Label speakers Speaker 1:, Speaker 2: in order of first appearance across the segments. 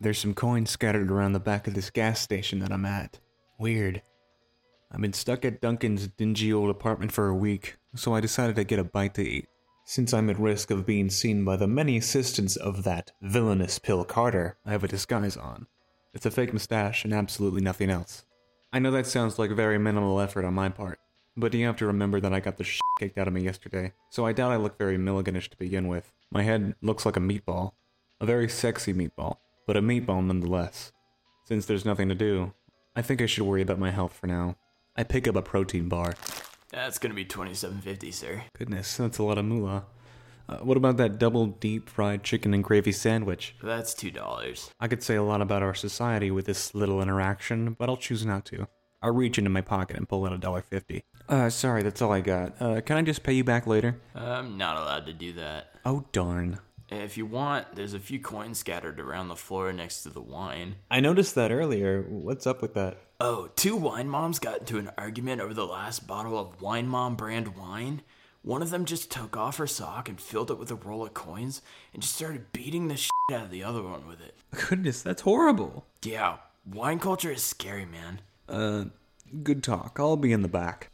Speaker 1: There's some coins scattered around the back of this gas station that I'm at. Weird. I've been stuck at Duncan's dingy old apartment for a week, so I decided to get a bite to eat. Since I'm at risk of being seen by the many assistants of that villainous Pill Carter, I have a disguise on. It's a fake mustache and absolutely nothing else. I know that sounds like very minimal effort on my part, but you have to remember that I got the shit kicked out of me yesterday, so I doubt I look very Milliganish to begin with. My head looks like a meatball. A very sexy meatball, but a meatball nonetheless. Since there's nothing to do, I think I should worry about my health for now. I pick up a protein bar.
Speaker 2: That's gonna be twenty-seven fifty, sir.
Speaker 1: Goodness, that's a lot of moolah. Uh, what about that double deep fried chicken and gravy sandwich?
Speaker 2: That's two dollars.
Speaker 1: I could say a lot about our society with this little interaction, but I'll choose not to. I'll reach into my pocket and pull out a dollar fifty. Uh, sorry, that's all I got. Uh, can I just pay you back later?
Speaker 2: I'm not allowed to do that.
Speaker 1: Oh darn.
Speaker 2: If you want, there's a few coins scattered around the floor next to the wine.
Speaker 1: I noticed that earlier. What's up with that?
Speaker 2: Oh, two wine moms got into an argument over the last bottle of Wine Mom brand wine. One of them just took off her sock and filled it with a roll of coins and just started beating the shit out of the other one with it.
Speaker 3: Goodness, that's horrible.
Speaker 2: Yeah, wine culture is scary, man.
Speaker 1: Uh, good talk. I'll be in the back.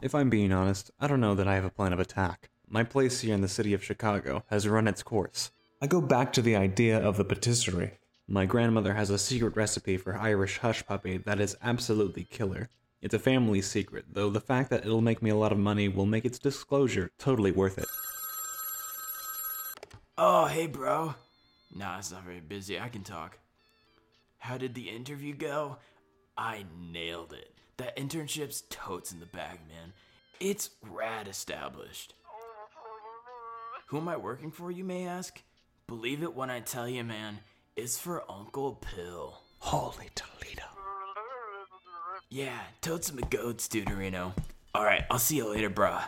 Speaker 1: If I'm being honest, I don't know that I have a plan of attack. My place here in the city of Chicago has run its course. I go back to the idea of the patisserie. My grandmother has a secret recipe for Irish hush puppy that is absolutely killer. It's a family secret, though the fact that it'll make me a lot of money will make its disclosure totally worth it.
Speaker 2: Oh, hey, bro. Nah, it's not very busy. I can talk. How did the interview go? I nailed it. That internship's totes in the bag, man. It's rad established. Who am I working for, you may ask? Believe it when I tell you, man, it's for Uncle Pill.
Speaker 1: Holy Toledo.
Speaker 2: Yeah, totes some goats, dude, Reno. Alright, I'll see you later, brah.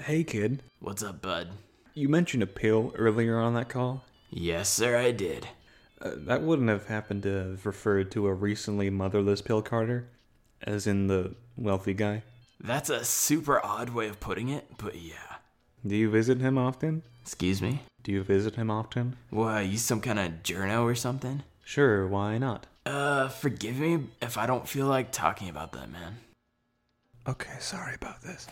Speaker 1: Hey, kid.
Speaker 2: What's up, bud?
Speaker 1: You mentioned a pill earlier on that call.
Speaker 2: Yes, sir, I did.
Speaker 1: Uh, that wouldn't have happened to have referred to a recently motherless pill carter, as in the wealthy guy.
Speaker 2: That's a super odd way of putting it, but yeah.
Speaker 1: Do you visit him often?
Speaker 2: Excuse me?
Speaker 1: Do you visit him often?
Speaker 2: Why, you some kind of journo or something?
Speaker 1: Sure, why not?
Speaker 2: Uh, forgive me if I don't feel like talking about that, man.
Speaker 1: Okay, sorry about this.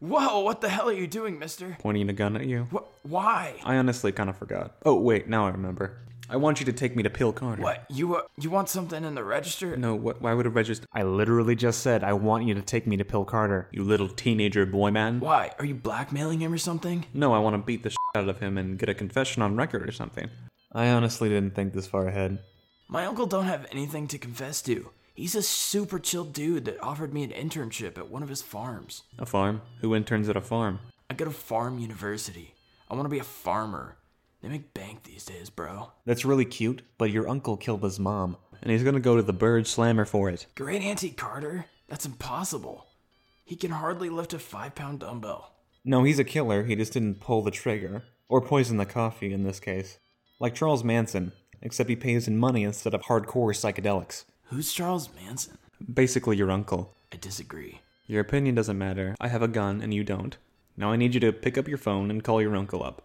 Speaker 2: Whoa, what the hell are you doing, mister?
Speaker 1: Pointing a gun at you?
Speaker 2: What? Why?
Speaker 1: I honestly kind of forgot. Oh, wait, now I remember. I want you to take me to Pill Carter.
Speaker 2: What? You uh, you want something in the register?
Speaker 1: No, what, why would a register? I literally just said I want you to take me to Pill Carter, you little teenager boy man.
Speaker 2: Why? Are you blackmailing him or something?
Speaker 1: No, I want to beat the shit out of him and get a confession on record or something. I honestly didn't think this far ahead.
Speaker 2: My uncle don't have anything to confess to. He's a super chill dude that offered me an internship at one of his farms.
Speaker 1: A farm? Who interns at a farm?
Speaker 2: I go to farm university. I want to be a farmer. They make bank these days, bro.
Speaker 1: That's really cute, but your uncle killed his mom, and he's gonna go to the Bird Slammer for it.
Speaker 2: Great Auntie Carter? That's impossible. He can hardly lift a five pound dumbbell.
Speaker 1: No, he's a killer. He just didn't pull the trigger. Or poison the coffee in this case. Like Charles Manson, except he pays in money instead of hardcore psychedelics.
Speaker 2: Who's Charles Manson?
Speaker 1: Basically, your uncle.
Speaker 2: I disagree.
Speaker 1: Your opinion doesn't matter. I have a gun and you don't. Now I need you to pick up your phone and call your uncle up.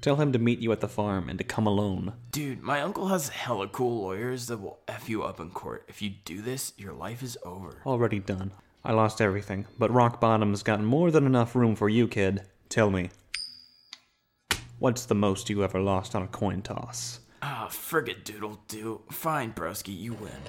Speaker 1: Tell him to meet you at the farm and to come alone.
Speaker 2: Dude, my uncle has hella cool lawyers that will F you up in court. If you do this, your life is over.
Speaker 1: Already done. I lost everything, but rock bottom's got more than enough room for you, kid. Tell me. What's the most you ever lost on a coin toss?
Speaker 2: Ah, frigga doodle do. Fine, broski, you win.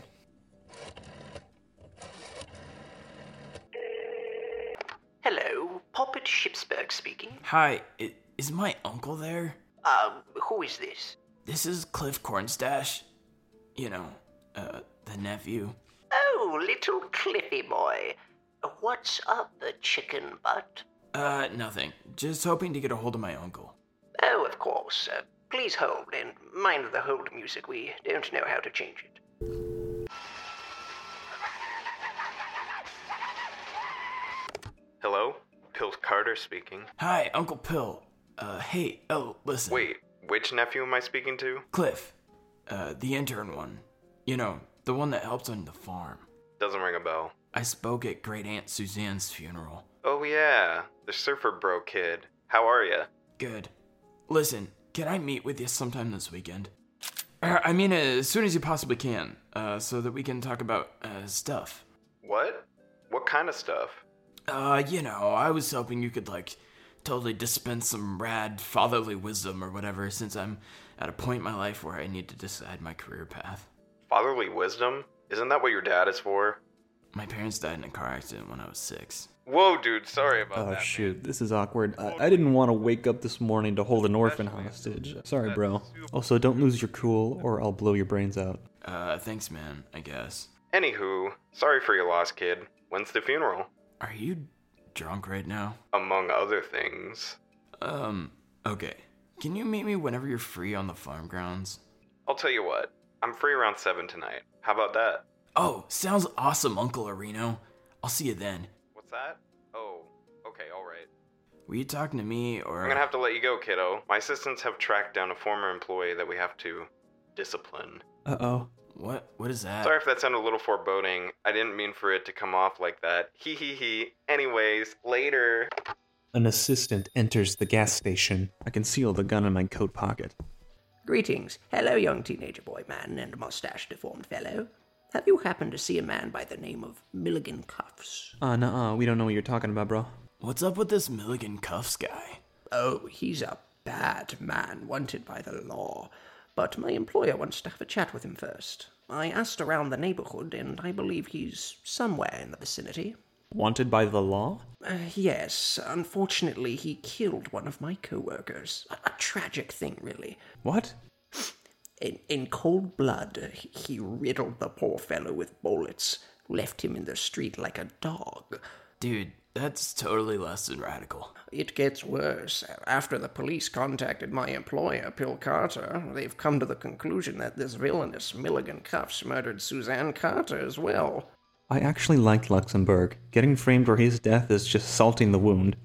Speaker 4: Hello, Poppet Shipsberg speaking.
Speaker 2: Hi, i- is my uncle there?
Speaker 4: Um, who is this?
Speaker 2: This is Cliff Cornstash. You know, uh, the nephew.
Speaker 4: Oh, little Cliffy boy. What's up, chicken butt?
Speaker 2: Uh, nothing. Just hoping to get a hold of my uncle.
Speaker 4: Oh, of course. Uh, please hold and mind the hold music. We don't know how to change it.
Speaker 5: Hello? Pill Carter speaking.
Speaker 2: Hi, Uncle Pill. Uh, hey, oh, listen.
Speaker 5: Wait, which nephew am I speaking to?
Speaker 2: Cliff. Uh, the intern one. You know, the one that helps on the farm.
Speaker 5: Doesn't ring a bell.
Speaker 2: I spoke at Great Aunt Suzanne's funeral.
Speaker 5: Oh, yeah, the surfer bro kid. How are ya?
Speaker 2: Good. Listen, Can I meet with you sometime this weekend? Uh, I mean, as soon as you possibly can, uh, so that we can talk about uh, stuff.
Speaker 5: What? What kind of stuff?
Speaker 2: Uh, you know, I was hoping you could, like, totally dispense some rad fatherly wisdom or whatever, since I'm at a point in my life where I need to decide my career path.
Speaker 5: Fatherly wisdom? Isn't that what your dad is for?
Speaker 2: My parents died in a car accident when I was six.
Speaker 5: Whoa, dude, sorry about
Speaker 1: Oh
Speaker 5: that.
Speaker 1: shoot, this is awkward. I, I didn't want to wake up this morning to hold an orphan hostage. Sorry, bro. Also, don't lose your cool, or I'll blow your brains out.
Speaker 2: Uh, thanks, man, I guess.
Speaker 5: Anywho, sorry for your loss, kid. When's the funeral?
Speaker 2: Are you drunk right now?
Speaker 5: Among other things.
Speaker 2: Um, okay. Can you meet me whenever you're free on the farm grounds?
Speaker 5: I'll tell you what, I'm free around 7 tonight. How about that?
Speaker 2: Oh, sounds awesome, Uncle Areno. I'll see you then.
Speaker 5: What's that? Oh, okay, alright.
Speaker 2: Were you talking to me or
Speaker 5: I'm gonna have to let you go, kiddo. My assistants have tracked down a former employee that we have to discipline.
Speaker 1: Uh oh.
Speaker 2: what what is that?
Speaker 5: Sorry if that sounded a little foreboding. I didn't mean for it to come off like that. Hee hee hee. Anyways, later.
Speaker 1: An assistant enters the gas station. I conceal the gun in my coat pocket.
Speaker 4: Greetings. Hello, young teenager boy man and mustache deformed fellow. Have you happened to see a man by the name of Milligan Cuffs?
Speaker 1: Uh, nah, we don't know what you're talking about, bro.
Speaker 2: What's up with this Milligan Cuffs guy?
Speaker 4: Oh, he's a bad man wanted by the law. But my employer wants to have a chat with him first. I asked around the neighborhood, and I believe he's somewhere in the vicinity.
Speaker 1: Wanted by the law?
Speaker 4: Uh, yes, unfortunately, he killed one of my coworkers. A, a tragic thing, really.
Speaker 1: What?
Speaker 4: In, in cold blood, he he riddled the poor fellow with bullets, left him in the street like a dog.
Speaker 2: Dude, that's totally less than radical.
Speaker 4: It gets worse. After the police contacted my employer, Bill Carter, they've come to the conclusion that this villainous Milligan Cuffs murdered Suzanne Carter as well.
Speaker 1: I actually liked Luxembourg. Getting framed for his death is just salting the wound.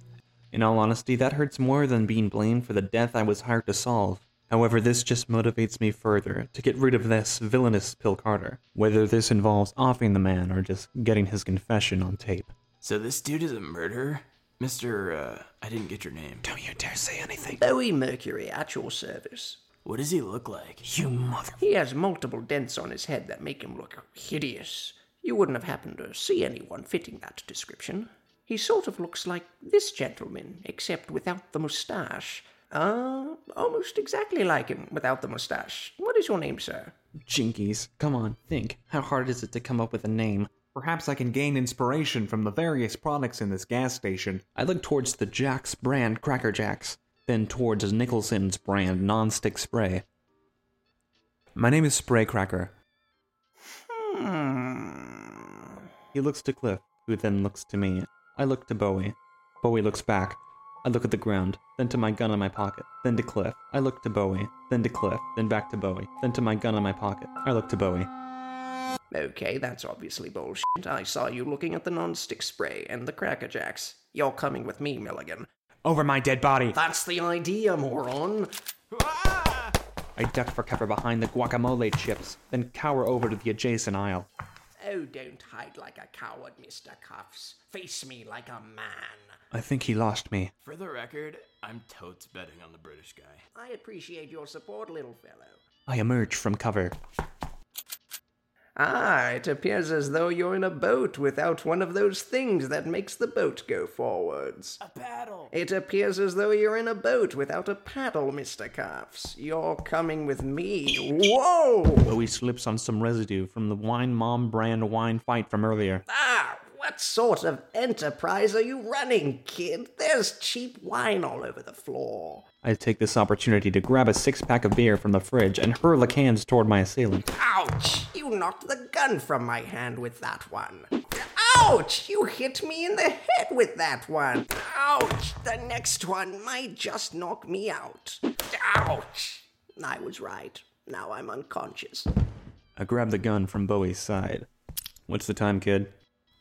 Speaker 1: In all honesty, that hurts more than being blamed for the death I was hired to solve. However, this just motivates me further to get rid of this villainous Pill Carter, whether this involves offing the man or just getting his confession on tape.
Speaker 2: So this dude is a murderer? Mr. Uh, I didn't get your name.
Speaker 1: Don't you dare say anything.
Speaker 4: Bowie Mercury at your service.
Speaker 2: What does he look like?
Speaker 1: You mother.
Speaker 4: He has multiple dents on his head that make him look hideous. You wouldn't have happened to see anyone fitting that description. He sort of looks like this gentleman, except without the moustache. Uh, almost exactly like him without the moustache. What is your name, sir?
Speaker 1: Jinkies, come on, think. How hard is it to come up with a name? Perhaps I can gain inspiration from the various products in this gas station. I look towards the Jack's brand Cracker Jacks, then towards Nicholson's brand nonstick spray. My name is Spray Cracker.
Speaker 4: Hmm.
Speaker 1: He looks to Cliff, who then looks to me. I look to Bowie. Bowie looks back. I look at the ground, then to my gun in my pocket, then to Cliff. I look to Bowie, then to Cliff, then back to Bowie, then to my gun in my pocket. I look to Bowie.
Speaker 4: Okay, that's obviously bullshit. I saw you looking at the nonstick spray and the Cracker Jacks. You're coming with me, Milligan.
Speaker 1: Over my dead body!
Speaker 4: That's the idea, moron.
Speaker 1: I duck for cover behind the guacamole chips, then cower over to the adjacent aisle.
Speaker 4: Oh, don't hide like a coward, Mr. Cuffs. Face me like a man.
Speaker 1: I think he lost me.
Speaker 2: For the record, I'm totes betting on the British guy.
Speaker 4: I appreciate your support, little fellow.
Speaker 1: I emerge from cover.
Speaker 4: Ah, it appears as though you're in a boat without one of those things that makes the boat go forwards.
Speaker 2: A paddle!
Speaker 4: It appears as though you're in a boat without a paddle, Mr. Cuffs. You're coming with me. Whoa!
Speaker 1: Bowie slips on some residue from the Wine Mom brand wine fight from earlier.
Speaker 4: Ah, what sort of enterprise are you running, kid? There's cheap wine all over the floor.
Speaker 1: I take this opportunity to grab a six pack of beer from the fridge and hurl the cans toward my assailant.
Speaker 4: Ouch! You knocked the gun from my hand with that one. Ouch! You hit me in the head with that one. Ouch! The next one might just knock me out. Ouch! I was right. Now I'm unconscious.
Speaker 1: I grab the gun from Bowie's side. What's the time, kid?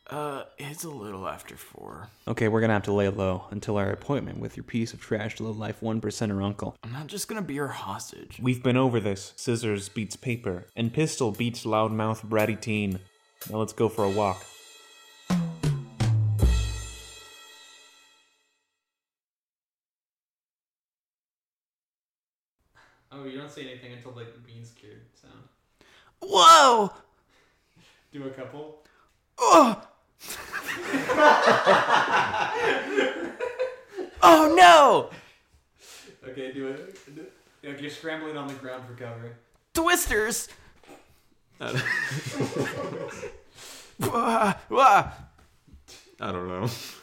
Speaker 2: Uh, it's a little after four.
Speaker 1: Okay, we're gonna have to lay low until our appointment with your piece of trash low life 1%er uncle.
Speaker 2: I'm not just gonna be your hostage.
Speaker 1: We've been over this. Scissors beats paper, and pistol beats loudmouth bratty teen. Now let's go for a walk. Oh, you don't say anything until like the beans cured sound.
Speaker 2: Whoa!
Speaker 1: Do a couple.
Speaker 2: Oh! oh no!
Speaker 1: Okay, do it. do- Like you're scrambling on the ground for cover.
Speaker 2: Twisters! Wah, wah.
Speaker 6: I don't know.